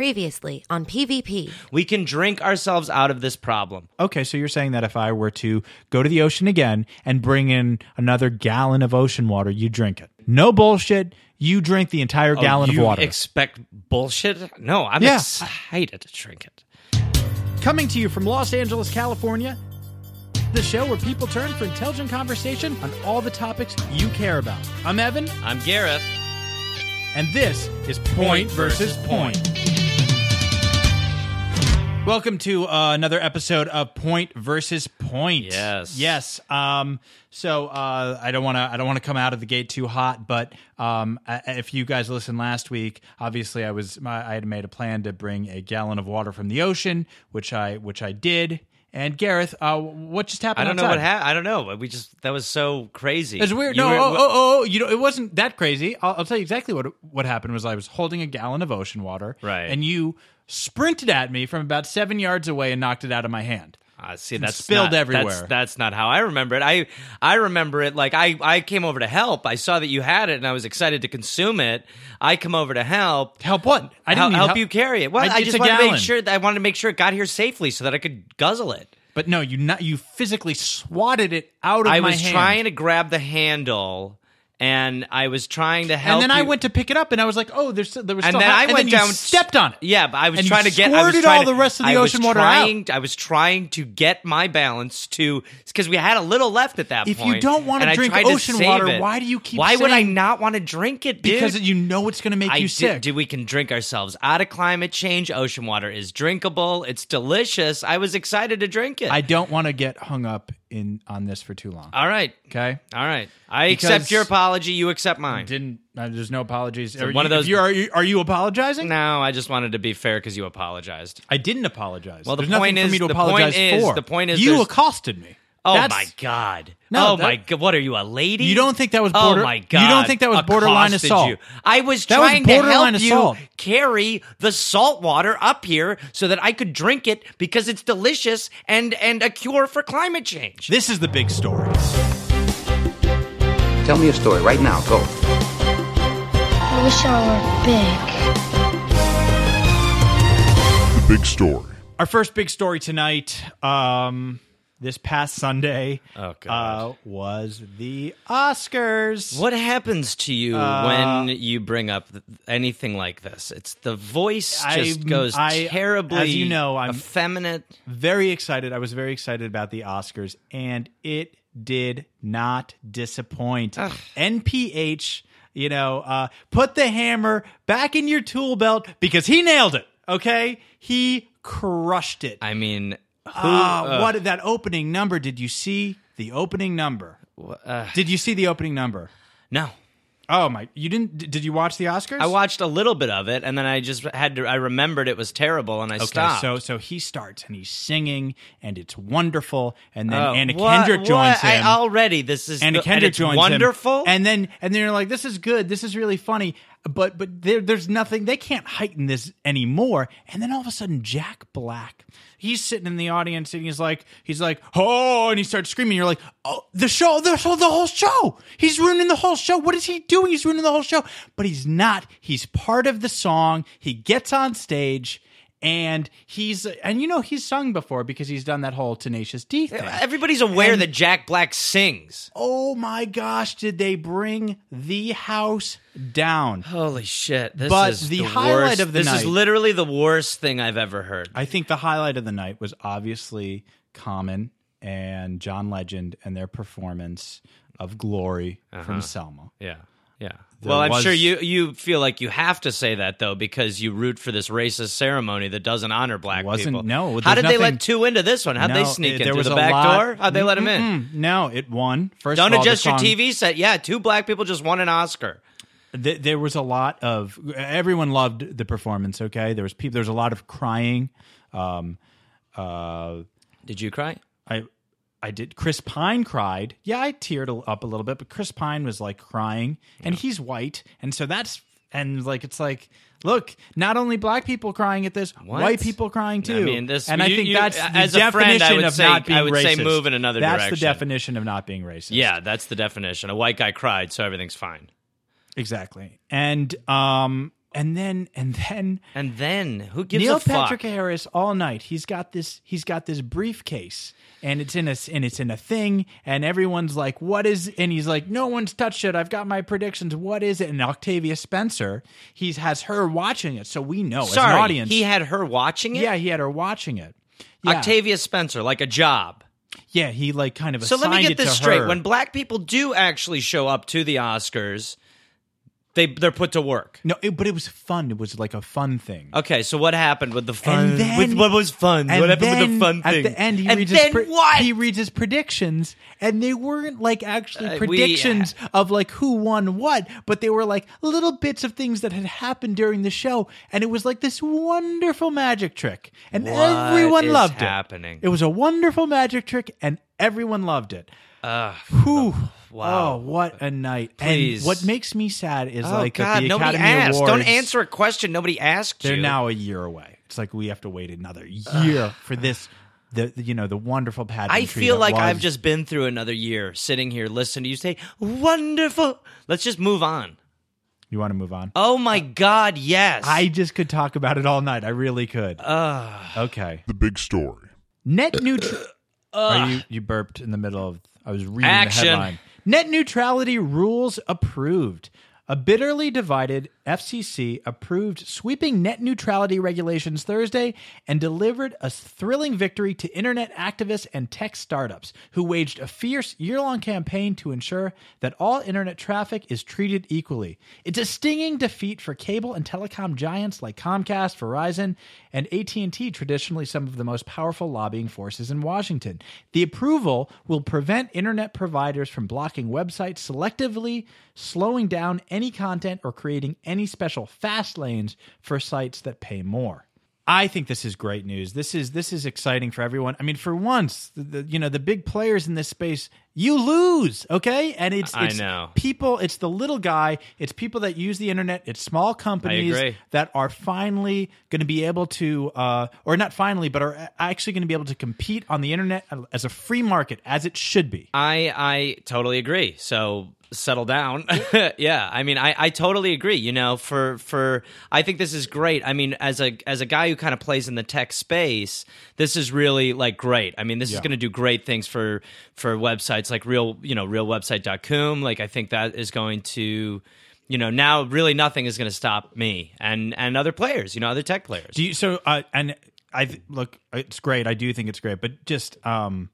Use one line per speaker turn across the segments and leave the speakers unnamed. Previously on PvP.
We can drink ourselves out of this problem.
Okay, so you're saying that if I were to go to the ocean again and bring in another gallon of ocean water, you drink it. No bullshit. You drink the entire
Oh,
gallon
you
of water.
Expect bullshit? No, I'm
Yeah.
excited to drink it.
Coming to you from Los Angeles, California, the show where people turn for intelligent conversation on all the topics you care about. I'm Evan,
I'm Gareth.
and this is Point versus Point. Welcome to uh, another episode of Point versus Point.
Yes.
yes. Um, so uh, I don't want to. I don't want to come out of the gate too hot. But um, I- if you guys listened last week, obviously I was. I had made a plan to bring a gallon of water from the ocean, which I which I did. And Gareth, uh, what just happened?
I don't know
outside?
what happened. I don't know. We just that was so crazy.
It's weird.
You
no,
were-
oh, oh, oh, oh, you know, it wasn't that crazy. I'll, I'll tell you exactly what what happened was I was holding a gallon of ocean water,
Right.
and you sprinted at me from about seven yards away and knocked it out of my hand.
Ah, see, that's
spilled
not-
everywhere.
That's, that's not how I remember it. I I remember it like I I came over to help. I saw that you had it, and I was excited to consume it. I come over to help.
Help what? I didn't
Hel-
need
help,
help.
you carry it. Well,
I-
I,
it's
just
a
wanted to make
gallon.
sure that I wanted to make sure it got here safely so that I could guzzle it.
But no, you not you physically swatted it out of
I
my
was
hand.
trying to grab the handle, and I was trying to help.
and then I
you-
went to pick it up, and I was like, "Oh, there's there was."
and
still
then
ha-
I
and
went
then
down.
You stepped on it.
Yeah, but I was
And you
trying to get. I was
squirted
trying
all
to-
the rest of the
I was
ocean water out.
trying, I was trying to get my balance to because we had a little left at that
If you
point.
don't wanna
and I
drink
tried to
ocean
save
water,
it.
why do you keep
Why would I
saying-
not want to drink it, dude?
because you know it's going to make
I
you
did-
sick.
dude, we can drink ourselves out of climate change. Ocean water is drinkable. It's delicious. I was excited to drink it.
I don't want to get hung up in on this for too long.
all right,
Okay.
all right. I
Because-
accept your apology. You accept mine.
Didn't uh, there's no apologies. Are
one
you,
of those-
if you're- are you are you apologizing?
No, I just wanted to be fair because you apologized.
I didn't apologize.
Well, the
There's nothing
point
for me
is-
to
the
apologize
point is-
for.
the point is
you
there's-
accosted me.
Oh
That's-
my god!
No,
oh
that-
my god! What are you, a lady?
You don't think that was
oh
border-
my
you
god!
don't think that was borderline
Accosted
assault?
you. I was
That was
trying to
borderline
help
assault.
you carry the salt water up here so that I could drink it because it's delicious and and a cure for climate change.
This is the big story.
Tell me a story right now. Go.
I wish I were big.
Big story.
Our first big story tonight. Um, this past Sunday
Oh, God.
uh, was the Oscars.
What happens to you when you bring up th- anything like this? It's the voice just
I'm-
goes
I-
terribly,
as you know, I'm-
effeminate.
Very excited. I was very excited about the Oscars, and it did not disappoint. NPH, you know, uh, put the hammer back in your tool belt because he nailed it. Okay, he crushed it.
I mean, who?
Ah, what that opening number? Did you see the opening number? did you see the opening number?
no.
Oh my! You didn't? d- Did you watch the Oscars?
I watched a little bit of it, and then I just had to. I remembered it was terrible, and I
Okay,
stopped.
so so he starts and he's singing and it's wonderful, and then
Oh,
Anna
what-
Kendrick
what?
joins him.
I, already, this is
Anna
the- and
Kendrick
it's
joins him.
wonderful.
and then and then you're like, this is good, this is really funny, but but there, there's nothing. They can't heighten this anymore. And then all of a sudden, Jack Black, he's sitting in the audience and he's like, he's like, oh, and he starts screaming. You're like, oh, the show, the show, the whole show. He's ruining the whole show. What is he doing? He's ruining the whole show. But he's not. He's part of the song. He gets on stage. And he's and you know he's sung before because he's done that whole tenacious D thing.
everybody's aware
And-
that Jack Black sings.
Oh my gosh, did they bring the house down?
Holy shit! This
But
is
the
the,
highlight
worst.
of the
this is
night-
literally the worst thing I've ever heard.
I think the highlight of the night was obviously Common and John Legend and their performance of Glory
Uh-huh.
from Selma.
yeah. Yeah.
There
well, I'm
was-
sure you you feel like you have to say that though because you root for this racist ceremony that doesn't honor black
Wasn't-
people.
no,
How
there's
did they
nothing-
let two into this one? How'd they
No,
sneak
it-
in
eh, there
through
was
the
a
back
lot-
door? How'd they let him in?
Mm, No, it won. First
Don't
of all, the
adjust your
song-
TV set. Yeah, two black people just won an Oscar.
th- there was a lot of everyone loved the performance. Okay, there was people. There was a lot of crying. Um, uh,
Did you cry?
I I did. Chris Pine cried. Yeah, I teared a- up a little bit, but Chris Pine was like crying, and he's white, and so that's and like it's like look, not only black people crying at this,
What?
white people crying too.
I mean, this-
and I
you-
think
you- uh,
that's the
as a
definition
friend, I would
of
say-
not being
I would say
racist.
move in another
That's the
direction.
definition of not being racist.
Yeah, that's the definition. A white guy cried, so everything's fine.
exactly. And um, and then and then
And then who gives
Neil
a fuck?
Patrick Harris all night. He's got this. He's got this briefcase, and it's in a and it's in a thing. And everyone's like, "What is?" And he's like, "No one's touched it. I've got my predictions. What is it?" And Octavia Spencer, he has her watching it, so we know
Sorry,
as an audience.
he had her watching it.
yeah, he had her watching it. Yeah,
Octavia Spencer, like a job.
Yeah, he like kind of.
So let me
assigned
get
it to
this straight:
her.
when black people do actually show up to the Oscars, they they're put to work.
no, it, but it was fun. It was like a fun thing.
Okay, so what happened with the fun?
And then,
with what was fun?
and
What happened with the
then
fun
at
thing?
the end, he
and
reads
then
his pre-
what?
He reads his predictions, and they weren't like actually
Uh, we-
predictions of like who won what, but they were like little bits of things that had happened during the show, and it was like this wonderful magic trick, and
What
everyone
is
loved
happening?
it. It was a wonderful magic trick, and everyone loved it. Whew.
wow.
Oh, what a night!
Please.
And what makes me sad is
oh
like that
God!
the
Nobody
Academy
asked.
Awards.
Don't answer a question nobody asked
They're
you.
now a year away. It's like we have to wait another year for this. The the, you know the wonderful pageantry.
I feel
that
like
was-
I've just been through another year sitting here listening to you say wonderful. Let's just move on.
You want to move on?
Oh my God! Yes,
I just could talk about it all night. I really could. okay.
The big story.
Net neutral. Uh, you you burped in the middle of. I was reading
Action.
the headline. Net neutrality rules approved. A bitterly divided FCC approved sweeping net neutrality regulations Thursday and delivered a thrilling victory to internet activists and tech startups who waged a fierce year long campaign to ensure that all internet traffic is treated equally. It's a stinging defeat for cable and telecom giants like Comcast, Verizon, and AT&T, traditionally some of the most powerful lobbying forces in Washington. The approval will prevent internet providers from blocking websites selectively, slowing down any content or creating any special fast lanes for sites that pay more. I think this is great news. This is this is exciting for everyone. I mean, for once, the, the, you know, the big players in this space, you lose, okay? And it's
I
it's
know.
people, it's the little guy, it's people that use the internet, it's small companies
agree.
that are finally going to be able to, uh, or not finally, but are actually going to be able to compete on the internet as a free market, as it should be.
I I totally agree. So settle down. yeah, I mean, I I totally agree. You know, for for I think this is great. I mean, as a as a guy who kind of plays in the tech space, this is really like great. I mean, this is going to do great things for for websites like real you know realwebsite.com. Like I think that is going to. You know, now really nothing is going to stop me and and other players. You know, other tech players.
Do you so uh, and I th- look it's great. I do think it's great, but just um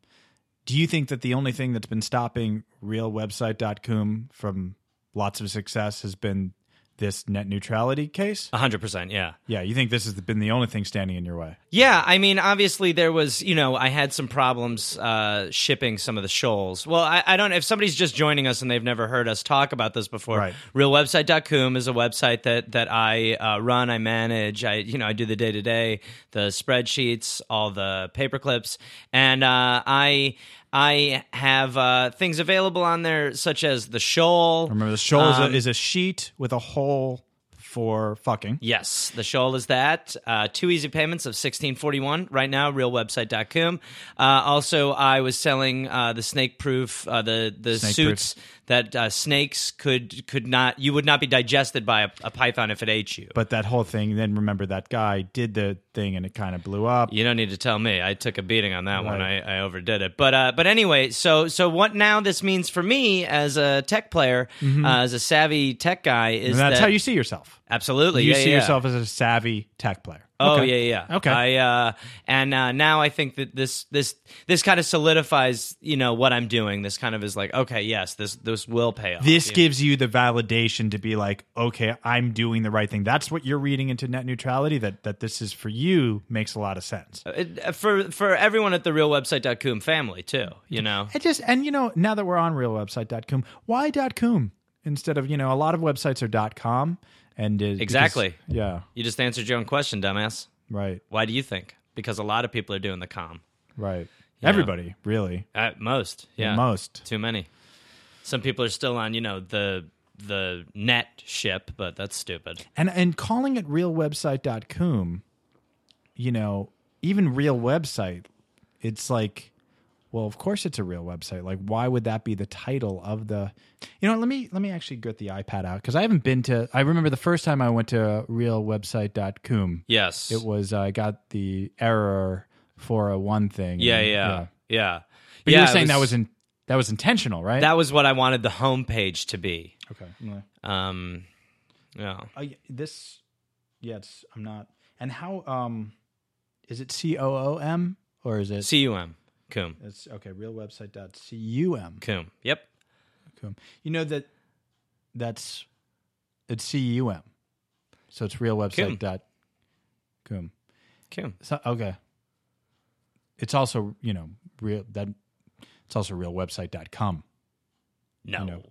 do you think that the only thing that's been stopping realwebsite.com from lots of success has been this net neutrality case?
hundred percent. Yeah.
Yeah, you think this has been the only thing standing in your way.
Yeah, I mean, obviously there was, you know, I had some problems uh, shipping some of the shoals. Well, I, I don't. If somebody's just joining us and they've never heard us talk about this before,
Right.
realwebsite.com is a website that that I uh, run, I manage, I you know, I do the day to day, the spreadsheets, all the paper clips, and uh, I. I have uh, things available on there, such as the shoal.
Remember the shoal is,
Um,
a, is a sheet with a hole for fucking.
Yes, the shawl is that. Uh, two easy payments of sixteen forty one right now. Realwebsite.com. Uh, also, I was selling uh, the snake proof, uh, the the
Snake-proof.
suits that uh, snakes could could not. You would not be digested by a, a python if it ate you.
But that whole thing, then remember that guy did the thing and it kind of blew up.
You don't need to tell me. I took a beating on that one.
Right.
I, I overdid it. But uh, but anyway, so so what now? This means for me as a tech player, uh, as a savvy tech guy, is
Mm-hmm. and that's
that
how you see yourself.
absolutely
You
yeah,
see
yeah.
yourself as a savvy tech player.
Oh
Okay.
yeah, yeah.
Okay.
I uh, and uh, now I think that this this this kind of solidifies, you know, what I'm doing. This kind of is like, okay, yes, this this will pay off.
this
you know?
gives you the validation to be like okay i'm doing the right thing that's what you're reading into net neutrality that that this is for you makes a lot of
Uh,
sense
It- for for everyone at the realwebsite.com family too, you know.
it just and you know now that we're on realwebsite.com why .com instead of you know a lot of websites are .com and it, because-
Exactly.
yeah
You just answered your own question, dumbass.
right
Why do you think? Because a lot of people are doing the com.
right everybody really
At most, yeah.
most
Too many. Some people are still on, you know, the the net ship, but that's stupid.
and and calling it realwebsite.com you know even real website it's like well, of course it's a real website. Like, why would that be the title of the? You know, what, let me let me actually get the iPad out because I haven't been to. I remember the first time I went to realwebsite.com.
Yes.
It was I got the error for a one thing.
yeah,
and-
yeah, yeah.
But
Yeah,
you were
it
saying that was in, that was intentional, right?
that was what I wanted the homepage to be.
okay. I'm gonna-
Um, yeah.
I this yes, I'm not. And how um is it C O O M or is it
C U M. Coom.
it's okay, realwebsite.cum.
Coom. Yep.
Cum. You know that that's it's C U M. So it's realwebsite dot cum.
Coom.
So okay. It's also, you know, real that it's also realwebsite.com.
No.
know.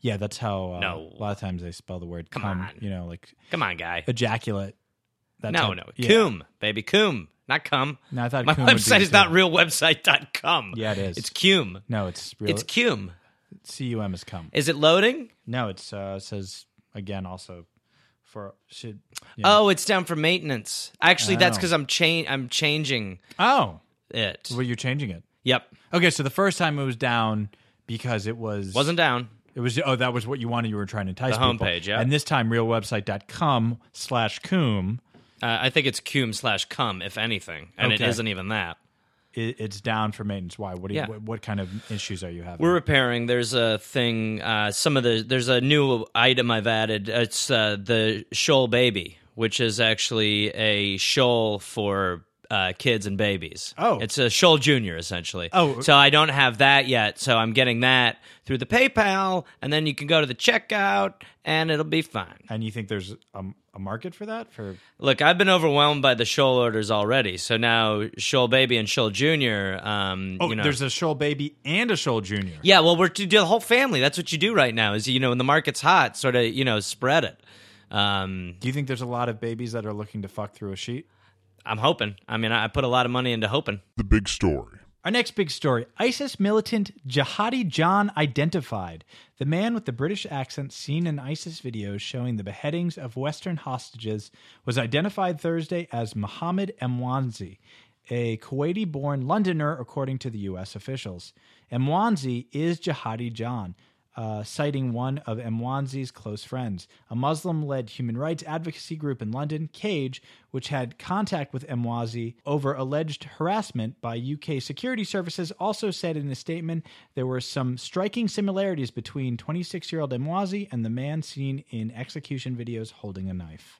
Yeah, that's how uh,
No.
a lot of times they spell the word
Come
cum,
on.
you know, like
Come on, guy.
ejaculate. That
no,
type-
no.
yeah.
Coom, baby. Coom. Not cum.
No, I thought
My
cum would be
website is
too.
not realwebsite.com.
Yeah, it is.
It's cum.
No, it's real.
It's cum.
cum has come.
Is it loading?
No, it's uh, says again also for should.
Oh, it's down for maintenance. Actually, that's
Oh.
because I'm cha- I'm changing
Oh,
it.
well, you're changing it.
Yep.
Okay, so the first time it was down because it was
Wasn't down.
it was oh that was what you wanted you were trying to entice
The
people.
homepage, yeah.
and this time realwebsite.com slash coom
Uh, I think it's cum slash cum, if anything, and
Okay.
it isn't even that.
i it's down for maintenance. Why? What do you,
Yeah.
what, what kind of issues are you having?
We're repairing. There's a thing. Uh, some of the there's a new item I've added. It's uh, the shoal baby, which is actually a shoal for uh, kids and babies.
Oh.
it's a shoal junior essentially.
Oh.
so I don't have that yet. So I'm getting that through the PayPal, and then you can go to the checkout, and it'll be fine.
and you think there's a, a market for that? For
Look, I've been overwhelmed by the shoal orders already. So now shoal baby and shoal junior. Um,
oh,
you know,
there's a Shoal baby and a Shoal junior.
Yeah, well, we're to do the whole family. That's what you do right now. Is you know when the market's hot, sort of you know spread it. Um,
Do you think there's a lot of babies that are looking to fuck through a sheet?
I'm hoping. I mean, I I put a lot of money into hoping.
The big story.
Our next big story ISIS militant Jihadi John identified. The man with the British accent seen in ISIS videos showing the beheadings of Western hostages was identified Thursday as Mohammed Emwanzi, a Kuwaiti born Londoner, according to the U.S. officials. Emwanzi is Jihadi John. Uh, citing one of Emwanzi's close friends, a Muslim led human rights advocacy group in London, Cage, which had contact with Emwazi over alleged harassment by UK security services, also said in a statement there were some striking similarities between 26 year old Emwazi and the man seen in execution videos holding a knife.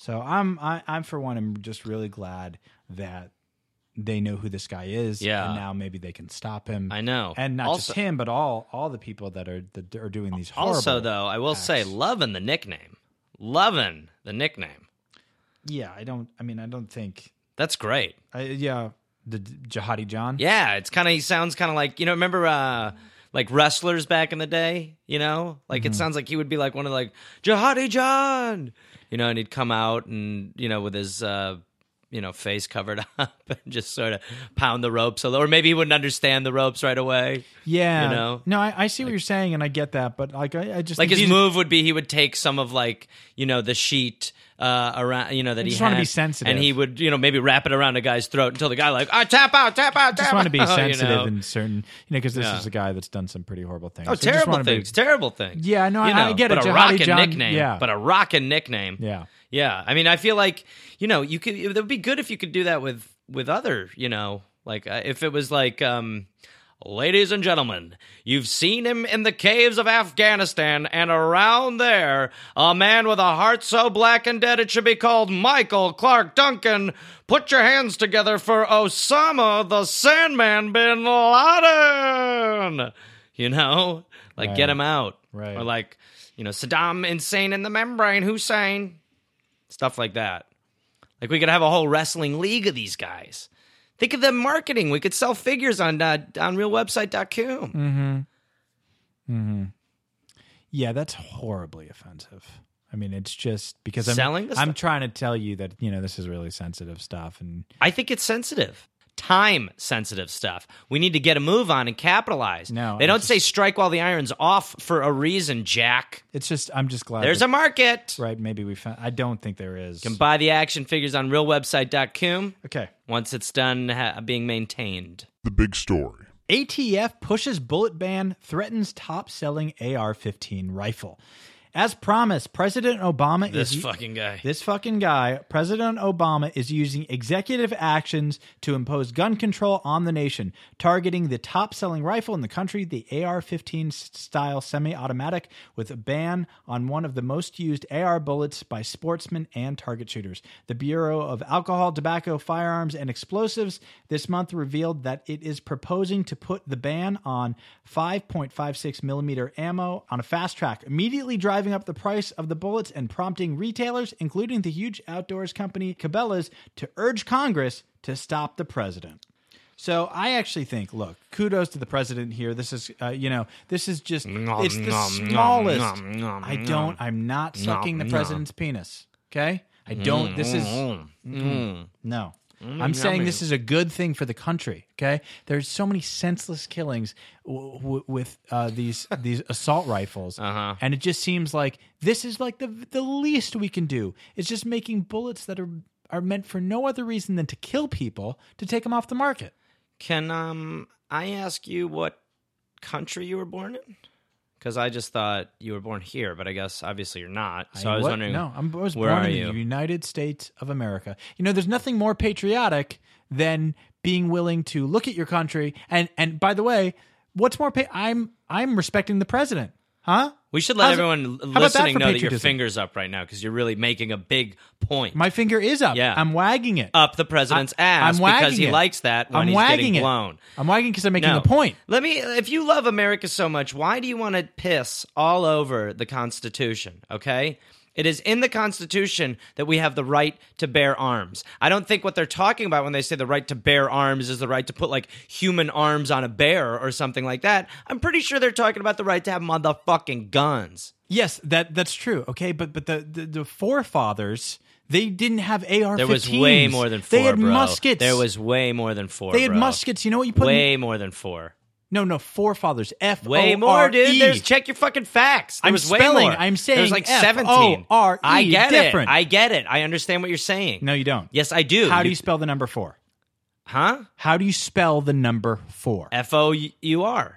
So I'm, I, I'm for one, I'm just really glad that they know who this guy is.
Yeah.
And now maybe they can stop him
I know.
and not
Oh, Also-
just him, but all all the people that are that are doing these. Horrible
Also, though, I will say,
acts.
loving the nickname, loving the nickname.
yeah, I don't. I mean, I don't think.
That's great.
I, yeah, the jihadi John.
Yeah, it's kind of he sounds kind of like you know remember uh like wrestlers back in the day, you know? Like
Mm-hmm.
it sounds like he would be like one of like Jihadi John, you know, and he'd come out and you know with his uh you know face covered up and just sort of pound the ropes a little, or maybe he wouldn't understand the ropes right away.
yeah.
You know?
no, I, I see what you're saying, and I get that, but like, I, I just
Like
think
his
these-
move would be he would take some of like you know the sheet uh around you know that he
just wanna
had,
be sensitive.
and he would you know maybe wrap it around a guy's throat until the guy like ah tap out tap out tap
I just want to be
out,"
sensitive
you know?
and certain, you know, because this
Yeah.
is a guy that's done some pretty horrible things.
Oh,
So I just
terrible
wanna be-
things, terrible things.
Yeah, no,
you
I- I
know,
get
but
it,
a
Jihadi
rockin'
John,
nickname.
yeah.
but a rockin' nickname.
yeah,
yeah. I mean, I feel like you know, you could. It would be good if you could do that with with other, you know, like uh, if it was like, um, ladies and gentlemen, you've seen him in the caves of Afghanistan and around there, a man with a heart so black and dead it should be called Michael Clark Duncan. Put your hands together for Osama the Sandman Bin Laden. You know, like get
Right.
him out,
Right.
Or like, you know, Saddam insane in the membrane, Hussein stuff like that. Like we could have a whole wrestling league of these guys. Think of the marketing. We could sell figures on uh, on realwebsite.com.
Mm. yeah, that's horribly offensive. I mean, it's just because I'm
Selling the
I'm
stuff?
trying to tell you that you know this is really sensitive stuff, and
I think it's sensitive. Time sensitive stuff. We need to get a move on and capitalize.
No,
they don't
it's
say strike while the iron's off for a reason, Jack.
it's just I'm just glad
There's
that-
a market.
right. Maybe we found. I don't think there is.
You can buy the action figures on realwebsite.com
okay.
once it's done ha- being maintained.
The big story.
ATF pushes bullet ban, threatens top selling AR 15 rifle. As promised, President Obama
This
is.
fucking guy.
This fucking guy, President Obama, is using executive actions to impose gun control on the nation, targeting the top selling rifle in the country, the AR 15 style semi automatic, with a ban on one of the most used AR bullets by sportsmen and target shooters. The Bureau of Alcohol, Tobacco, Firearms, and Explosives this month revealed that it is proposing to put the ban on 5.56 millimeter ammo on a fast track, immediately driving up the price of the bullets and prompting retailers, including the huge outdoors company Cabela's, to urge Congress to stop the president. So I actually think, look, kudos to the president here. This is, uh, you know, this is just
Nom,
it's the
nom, nom,
smallest.
nom, nom,
I don't. I'm not sucking the
nom. Mm-hmm.
president's penis. Okay, I don't. This is no. I'm saying this is a good thing for the country. Okay, there's so many senseless killings w- w- with uh, these these assault rifles, uh-huh. and it just seems like this is like the the least we can do. It's just making bullets that are are meant for no other reason than to kill people to take them off the market.
Can um I ask you what country you were born in? Because I just thought you were born here, but I guess obviously you're not. So I, was
What?
wondering.
No, I'm, I was
where
born
are
in
you?
the United States of America. You know, there's nothing more patriotic than being willing to look at your country. And and by the way, what's more? Pa- I'm I'm respecting the president, huh?
we should let
How's-
everyone
how
l-
about that
listening
for
know that your
patriotism?
fingers up right now because you're really making a big point.
My finger is up.
Yeah.
I'm wagging it.
up the president's
I-
ass
I'm wagging
because he
it.
likes that when
I'm
he's
wagging
getting
it.
blown.
I'm wagging because I'm making
No.
a point.
Let me. If you love America so much, why do you want to piss all over the Constitution? Okay. It is in the Constitution that we have the right to bear arms. I don't think what they're talking about when they say the right to bear arms is the right to put like human arms on a bear or something like that. I'm pretty sure they're talking about the right to have motherfucking guns.
Yes, that that's true. Okay, but but the the, the forefathers they didn't have AR.
There was way more than four.
They had
bro.
muskets.
There was way more than four.
they had
bro.
muskets. You know what you put? in-
Way more than four.
no, no, forefathers. F
Way
O
more,
R
dude.
E.
There's check your fucking facts. There
I'm
was way
spelling.
more.
I'm saying
there was like
F
seventeen.
O R E,
I get
different.
it. I get it. I understand what you're saying.
No, you don't.
Yes, I do.
How do you spell the number four?
Huh?
How do you spell the number four?
F O U E R.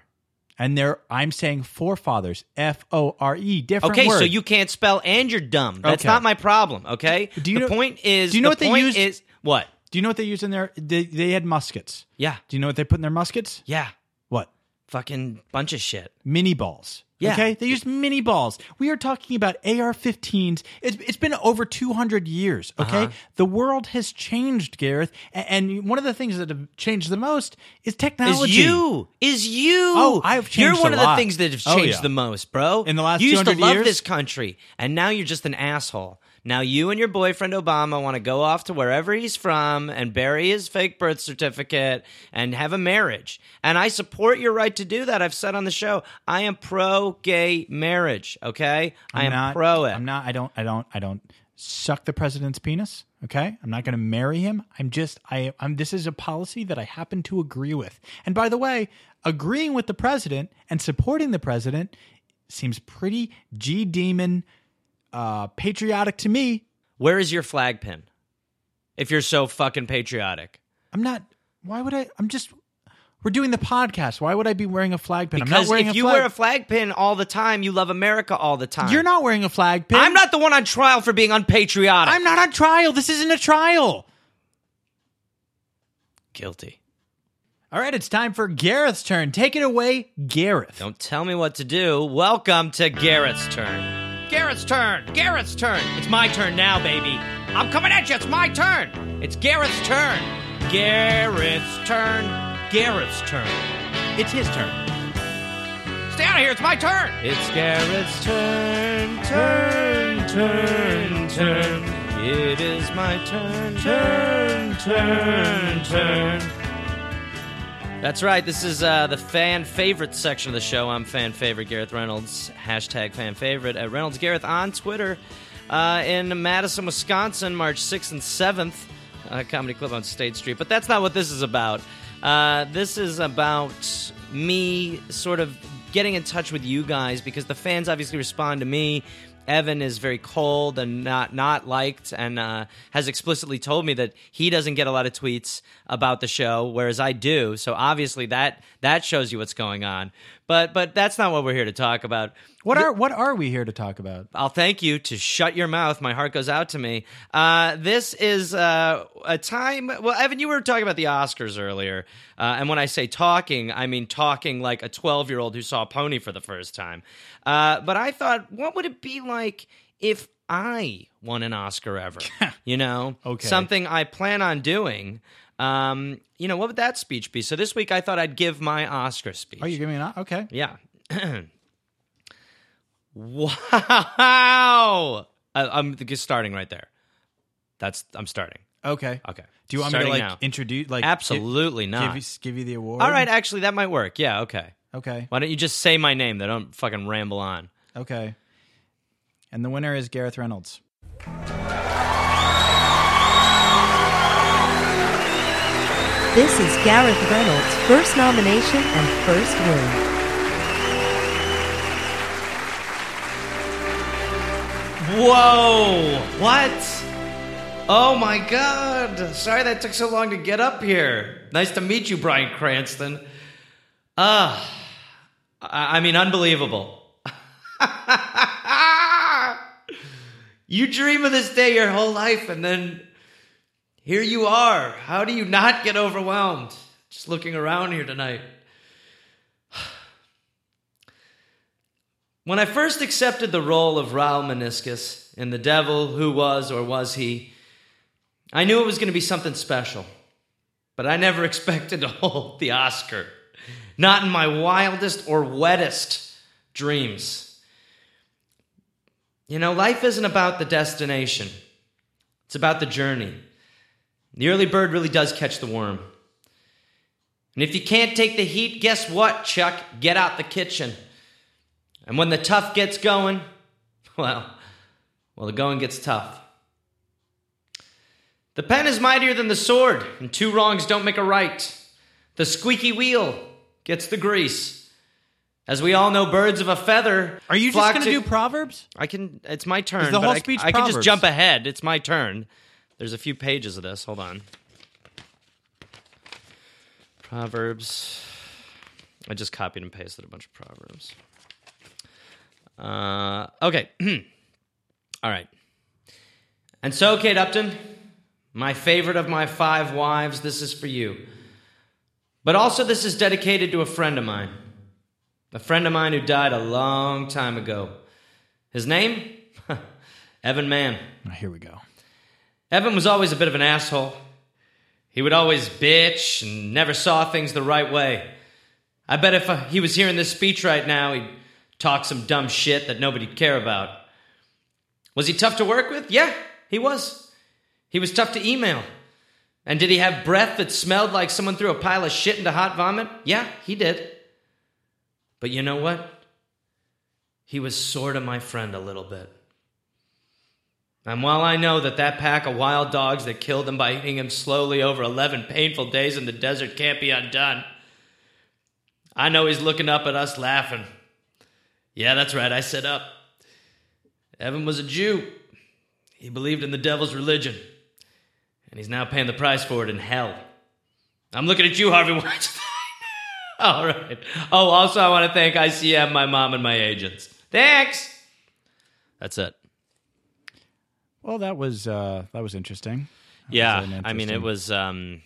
And there, I'm saying forefathers. F O R E. Different.
Okay, so
word.
you can't spell and you're dumb. That's
Okay.
not my problem. Okay.
Do
the
you know-
point is?
do you know
the
what they
point
used-
Is what?
do you know what they used in there? They, they had muskets.
Yeah.
Do you know what they put in their muskets?
Yeah.
What?
Fucking bunch of shit.
Mini balls.
Yeah.
Okay. They used mini balls. We are talking about AR-15s. It's, it's been over 200 years.
Uh-huh.
Okay. The world has changed, Gareth. A- And one of the things that have changed the most is technology.
Is you? Is you?
Oh, I've changed
You're one
a
of the
lot.
things that have
Oh,
changed
yeah.
the most, bro.
In the last
you used to
200
love
years?
this country, and now you're just an asshole. Now you and your boyfriend Obama want to go off to wherever he's from and bury his fake birth certificate and have a marriage. And I support your right to do that. I've said on the show, I am pro gay marriage. Okay, I am
not,
pro it.
I'm not. I don't. I don't. I don't suck the president's penis. Okay, I'm not going to marry him. I'm just. I. I'm. This is a policy that I happen to agree with. And by the way, agreeing with the president and supporting the president seems pretty g demon uh, patriotic to me.
Where is your flag pin? If you're so fucking patriotic.
I'm not. Why would I? I'm just. We're doing the podcast. Why would I be wearing a flag pin? I'm
Because
not wearing
if
a
you
flag.
wear a flag pin all the time, you love America all the time.
You're not wearing a flag pin.
I'm not the one on trial for being unpatriotic.
I'm not on trial. This isn't a trial.
guilty.
All right, it's time for Gareth's turn. Take it away, Gareth.
Don't tell me what to do. Welcome to Garrett's turn. Garrett's turn. Garrett's turn. It's my turn now, baby. I'm coming at you. It's my turn. It's Garrett's turn. Garrett's turn. Garrett's turn.
It's his turn.
Stay out of here. It's my turn. It's Garrett's turn. Turn, turn, turn. It is my turn. Turn, turn, turn. That's right. This is uh, the fan favorite section of the show. I'm fan favorite Gareth Reynolds. Hashtag fan favorite at Reynolds Gareth on Twitter. Uh, in Madison, Wisconsin, March 6th and 7th, uh, Comedy Club on State Street. But that's not what this is about. Uh, this is about me sort of getting in touch with you guys because the fans obviously respond to me Evan is very cold and not not liked, and uh, has explicitly told me that he doesn't get a lot of tweets about the show, whereas I do. So obviously that that shows you what's going on. But but that's not what we're here to talk about.
What are what are we here to talk about?
I'll thank you to shut your mouth. My heart goes out to me. Uh, this is uh, a time. Well, Evan, you were talking about the Oscars earlier, uh, and when I say talking, I mean talking like a twelve-year-old who saw a pony for the first time. Uh, but I thought, what would it be like if I won an Oscar ever? you know,
Okay.
something I plan on doing. Um, you know, what would that speech be? So this week, I thought I'd give my Oscar speech.
Are you giving an okay?
Yeah. wow. I, I'm just starting right there. That's I'm starting.
Okay.
Okay.
Do you want
Starting
me to
now.
like introduce like
Absolutely
give,
not.
give you give you the award?
All right, actually, that might work. Yeah. Okay.
Okay.
Why don't you just say my name? They don't fucking ramble on.
Okay. And the winner is Gareth Reynolds.
This is Gareth Reynolds' first nomination and first win.
Whoa! What? Oh my god! Sorry that took so long to get up here. Nice to meet you, Brian Cranston. Ah, I I mean, unbelievable. you dream of this day your whole life, and then here you are. How do you not get overwhelmed just looking around here tonight? When I first accepted the role of Raul Meniscus in The Devil, Who Was or Was He, I knew it was going to be something special. But I never expected to hold the Oscar. Not in my wildest or wettest dreams. You know, life isn't about the destination, it's about the journey. The early bird really does catch the worm. And if you can't take the heat, guess what, Chuck? Get out the kitchen. And when the tough gets going, well, well, the going gets tough. The pen is mightier than the sword, and two wrongs don't make a right. The squeaky wheel gets the grease. As we all know, birds of a feather.
Are you
flock
just going to do proverbs?
I can. It's my turn.
the
but
whole
I,
speech
I can just
Proverbs?
jump ahead. It's my turn. There's a few pages of this. Hold on. Proverbs. I just copied and pasted a bunch of proverbs. Uh, okay. All right. And so, Kate Upton, my favorite of my five wives, this is for you. But also, this is dedicated to a friend of mine. A friend of mine who died a long time ago. His name? Evan Mann.
Oh, here we go.
Evan was always a bit of an asshole. He would always bitch and never saw things the right way. I bet if uh, he was hearing this speech right now, he'd talk some dumb shit that nobody'd care about. Was he tough to work with? Yeah, he was. He was tough to email. And did he have breath that smelled like someone threw a pile of shit into hot vomit? Yeah, he did. But you know what? He was sort of my friend a little bit. And while I know that that pack of wild dogs that killed him by eating him slowly over 11 painful days in the desert can't be undone, I know he's looking up at us laughing. Yeah, that's right, I set up. Evan was a Jew. He believed in the devil's religion. And he's now paying the price for it in hell. I'm looking at you, Harvey Weinstein. All right. Oh, also, I want to thank ICM, my mom, and my agents. Thanks. That's it.
Well, that was uh, that was interesting.
yeah
an
i mean it
interesting-
was um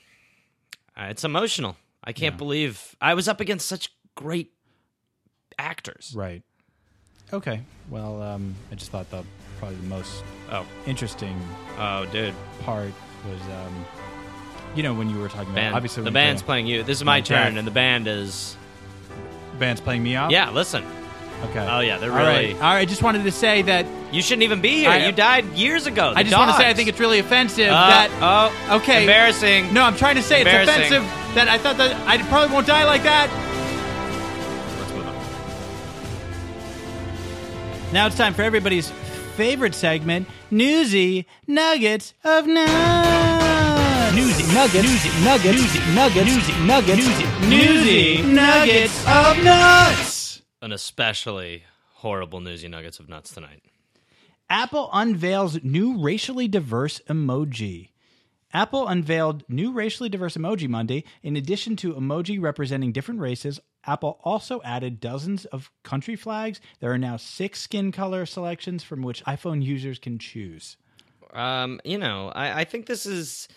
uh, it's emotional i can't believe i was up against such great actors
Right. Okay. Well, um, I just thought the probably the most
oh
interesting
oh dude
part was, um, you know, when you were talking about
band.
obviously
the
when
band's
you-
playing you this is my
Okay.
turn and the band is
band's playing me out.
yeah listen
Okay.
Oh, yeah, they're
All right.
really-
All right. I just wanted to say that
you shouldn't even be here
I-
you died years ago
I
The
just want to say I
dogs.
think it's really offensive
Oh,
that
oh
okay.
embarrassing
No, I'm trying to say it's
Embarrassing.
offensive that I thought that I probably won't die like that.
Let's move on.
Now it's time for everybody's favorite segment, Newsy Nuggets of Nuts. Newsy Nuggets. Newsy Nuggets. Newsy Nuggets. Newsy Nuggets. Newsy, Nuggets of Nuts.
an especially horrible newsy nuggets of nuts tonight
Apple unveils new racially diverse emoji. Apple unveiled new racially diverse emoji Monday. In addition to emoji representing different races, Apple also added dozens of country flags. There are now six skin color selections from which iPhone users can choose.
Um, you know, I, I think this is.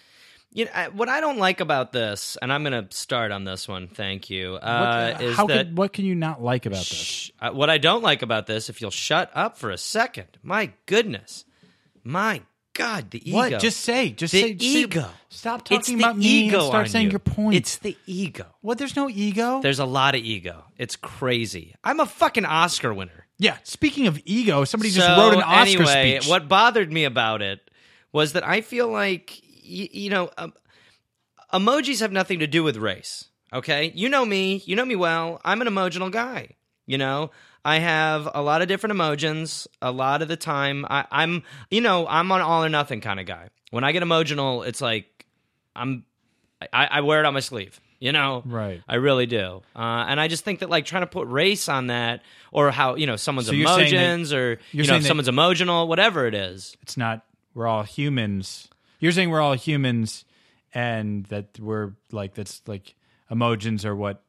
You know, I, what I don't like about this, and I'm going to start on this one. Thank you. Uh,
what,
is
how
that
could, what can you not like about this?
Shh. Uh, what I don't like about this, if you'll shut up for a second, my goodness, my God, the ego.
What? Just say. Just
the
say. just say-
ego.
Stop
It's
talking
the
about me and
ego
start
on
saying
you.
your point.
It's the ego.
what? There's no ego.
There's a lot of ego. It's crazy. I'm a fucking Oscar winner.
yeah. Speaking of ego, somebody
so
just wrote an Oscar
anyway,
speech.
what bothered me about it was that I feel like y- you know, um, emojis have nothing to do with race. Okay, you know me, you know me well. I'm an emotional guy. You know, I have a lot of different emotions. A lot of the time, I, I'm you know I'm an all or nothing kind of guy. When I get emotional, it's like I'm I, I wear it on my sleeve. You know,
Right.
I really do, uh, and I just think that like trying to put race on that, or how you know someone's
So you're saying that-
emotions, or you
you're
know
saying
if
that-
someone's emotional, whatever it is.
It's not. We're all humans. You're saying we're all humans, and that we're like that's like emojis are what.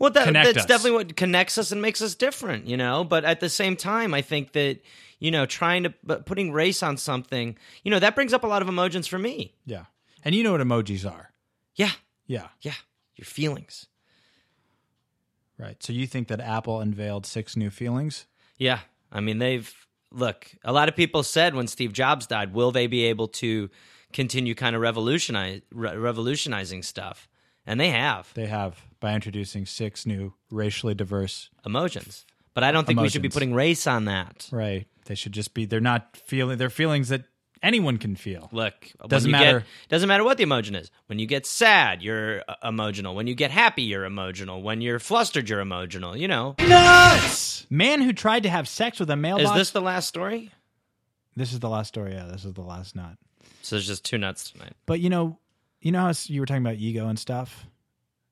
Well, that,
Connect
that's
us.
definitely what connects us and makes us different, you know. But at the same time, I think that you know trying to but putting race on something, you know, that brings up a lot of emotions for me.
Yeah. And you know what emojis are.
Yeah,
Yeah.
yeah, your feelings.
Right. So you think that Apple unveiled six new feelings?
Yeah. I mean, they've look, a lot of people said when Steve Jobs died, will they be able to continue kind of revolutionize, re- revolutionizing stuff? And they have
They have by introducing six new racially diverse.
emotions. But I don't think we should be
Emotions.
putting race on that.
Right. They should just be. They're not feeling. They're feelings that anyone can feel.
Look, when
Doesn't
you
matter.
Get, doesn't matter what the emotion is. When you get sad, you're uh, emotional. When you get happy, you're emotional. When you're flustered, you're emotional. You know.
Nuts! Man who tried to have sex with a mailbox.
Is this the last story?
This is the last story. Yeah, this is the last nut.
So there's just two nuts tonight.
But you know, you know how s- you were talking about ego and stuff.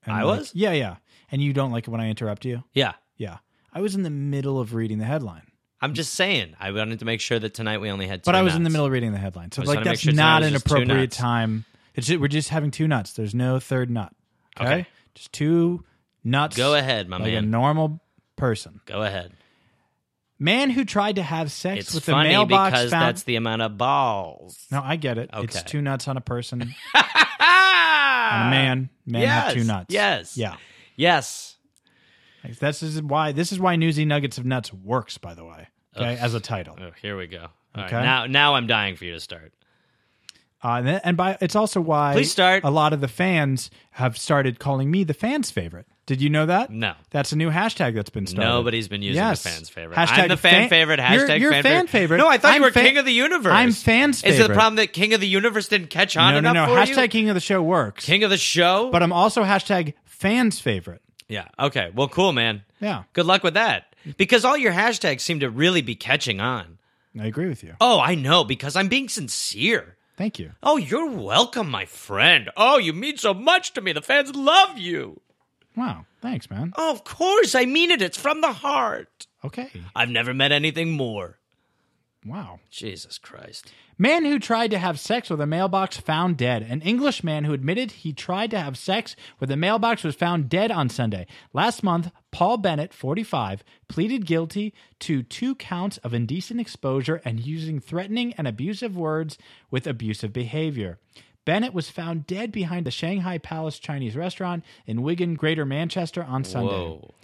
And
I
like-
was?
Yeah, yeah. And you don't like it when I interrupt you.
Yeah.
Yeah, I was in the middle of reading the headline,
I'm just saying. I wanted to make sure that tonight we only had two
but I was in the
nuts.
middle of reading the headline.
I
So
was
like,
trying to make
that's
sure tonight
not
was
an
just two
appropriate
nuts.
time. It's ju- we're just having two nuts. There's no third nut. Okay,
Okay.
just two nuts.
Go ahead, my
like a
man.
normal person.
Go ahead.
Man who tried to have sex
It's
with
funny
a mailbox
because
found.
that's the amount of balls.
no, I get it. It's
Okay.
two nuts on a person.
Ah!
on a man. Men have two
Yes,
nuts.
yes.
Yeah.
Yes.
Like, This is why this is why Newsy Nuggets of Nuts works, by the way. Okay, as a title.
Oh, here we go. All right,
Okay.
Now, now I'm dying for you to start.
Uh, and, then- and by it's also why
Please start.
a lot of the fans have started calling me the fans favorite. Did you know that?
No.
That's a new hashtag that's been started.
Nobody's been using
Yes.
the fans favorite.
Hashtag
I'm the fan
fan-
favorite.
You're-
Hashtag
you're
fan,
fan favorite.
No, I thought
I'm
you were
fan-
king of the universe.
I'm fans
Is it the
favorite.
problem that king of the universe didn't catch on
No, no,
enough
no.
for you?
Hashtag King of the Show works.
king of the show.
But I'm also hashtag fans favorite.
yeah. Okay. Well, cool, man.
Yeah.
Good luck with that. Because all your hashtags seem to really be catching on.
I agree with you.
Oh, I know. Because I'm being sincere.
Thank you.
Oh, you're welcome, my friend. Oh, you mean so much to me. The fans love you.
Wow. Thanks, man.
Oh, of course. I mean it. It's from the heart.
Okay.
I've never met anything more.
Wow.
Jesus Christ.
Man who tried to have sex with a mailbox found dead. An English man who admitted he tried to have sex with a mailbox was found dead on Sunday. Last month, Paul Bennett, 45, pleaded guilty to two counts of indecent exposure and using threatening and abusive words with abusive behavior. Bennett was found dead behind the Shanghai Palace Chinese restaurant in Wigan, Greater Manchester on Sunday.
Whoa.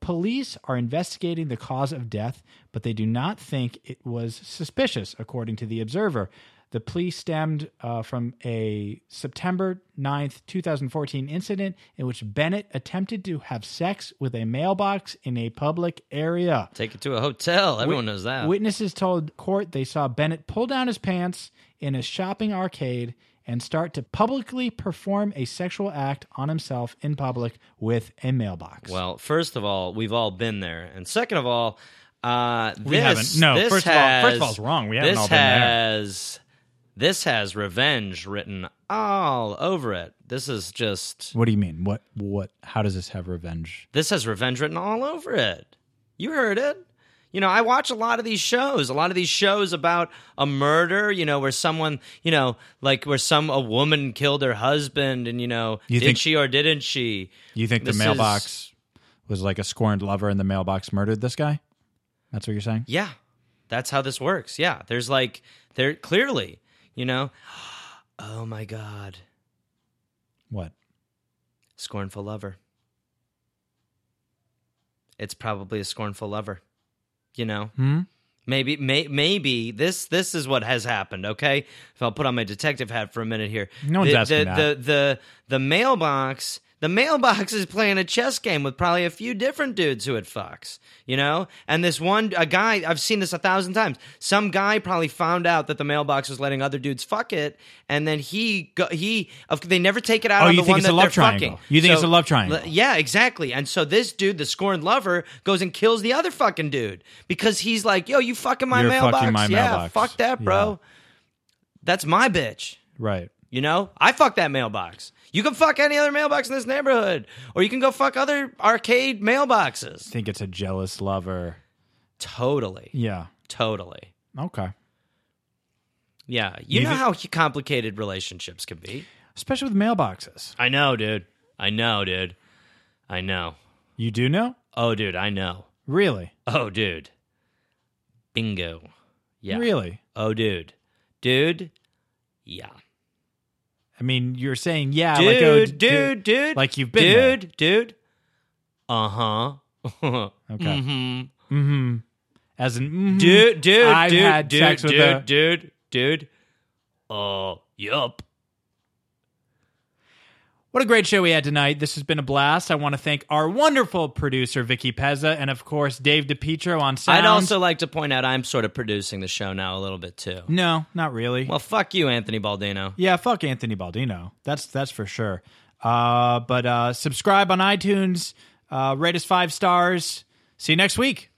Police are investigating the cause of death, but they do not think it was suspicious, according to The Observer. The plea stemmed uh, from a September 9th, 2014 incident in which Bennett attempted to have sex with a mailbox in a public area.
Take it to a hotel. Everyone knows that.
Witnesses told court they saw Bennett pull down his pants in a shopping arcade and start to publicly perform a sexual act on himself in public with a mailbox.
Well, first of all, we've all been there, and second of all, uh,
We
this-
haven't. No,
this
first of all- first of
has-
all, it's wrong. We haven't
this
all been there.
has, This has revenge written all over it. This is just.
What do you mean? What what how does this have revenge?
This has revenge written all over it. You heard it. You know, I watch a lot of these shows, a lot of these shows about a murder, you know, where someone, you know, like where some a woman killed her husband and you know,
You
did
think-
she or didn't she?
You think
This
the
is-
mailbox was like a scorned lover and the mailbox murdered this guy? That's what you're saying?
Yeah. That's how this works. Yeah. There's like there clearly, you know. Oh my god.
What?
Scornful lover. It's probably a scornful lover. You know?
Hmm?
Maybe, may, maybe this this is what has happened. Okay, if I'll put on my detective hat for a minute here.
No one's
the,
asking
the,
that.
The, the the mailbox. The mailbox is playing a chess game with probably a few different dudes who it fucks, you know. And this one, a guy, I've seen this a thousand times. Some guy probably found out that the mailbox was letting other dudes fuck it, and then he go, he. of- They never take it out
Oh,
on
you
the
think
one
it's
that
a love
they're
triangle.
fucking.
You think it's a love triangle.
le- yeah, exactly. And so this dude, the scorned lover, goes and kills the other fucking dude because he's like, "Yo, you fucking my
You're
mailbox.
fucking my
yeah,
mailbox.
fuck that, bro. That's my bitch.
Right.
You know, I fuck that mailbox. You can fuck any other mailbox in this neighborhood, or you can go fuck other arcade mailboxes.
Think it's a jealous lover.
Totally,
Yeah.
totally.
Okay.
Yeah, you,
You
know
thi-
how complicated relationships can be.
Especially with mailboxes.
I know, dude. I know, dude. I know.
You do know?
Oh, dude. I know.
Really?
Oh, dude. Bingo. Yeah.
Really?
Oh, dude. Dude. Yeah.
I mean, you're saying yeah,
Dude,
like oh, d-
dude, dude,
like you've been there.
Dude, dude. Uh huh. okay. hmm
Mm-hmm. As an mm,
Dude, dude,
I've
dude,
had
dude,
sex with
dude,
a-
dude, dude. Oh, yup.
What a great show we had tonight. This has been a blast. I want to thank our wonderful producer Vicky Pezza and of course Dave DePietro on sound.
I'd also like to point out I'm sort of producing the show now a little bit too.
No, not really.
Well, fuck you, Anthony Baldino.
Yeah, fuck Anthony Baldino. That's that's for sure. Uh, but uh, subscribe on iTunes. Uh, rate us five stars. See you next week.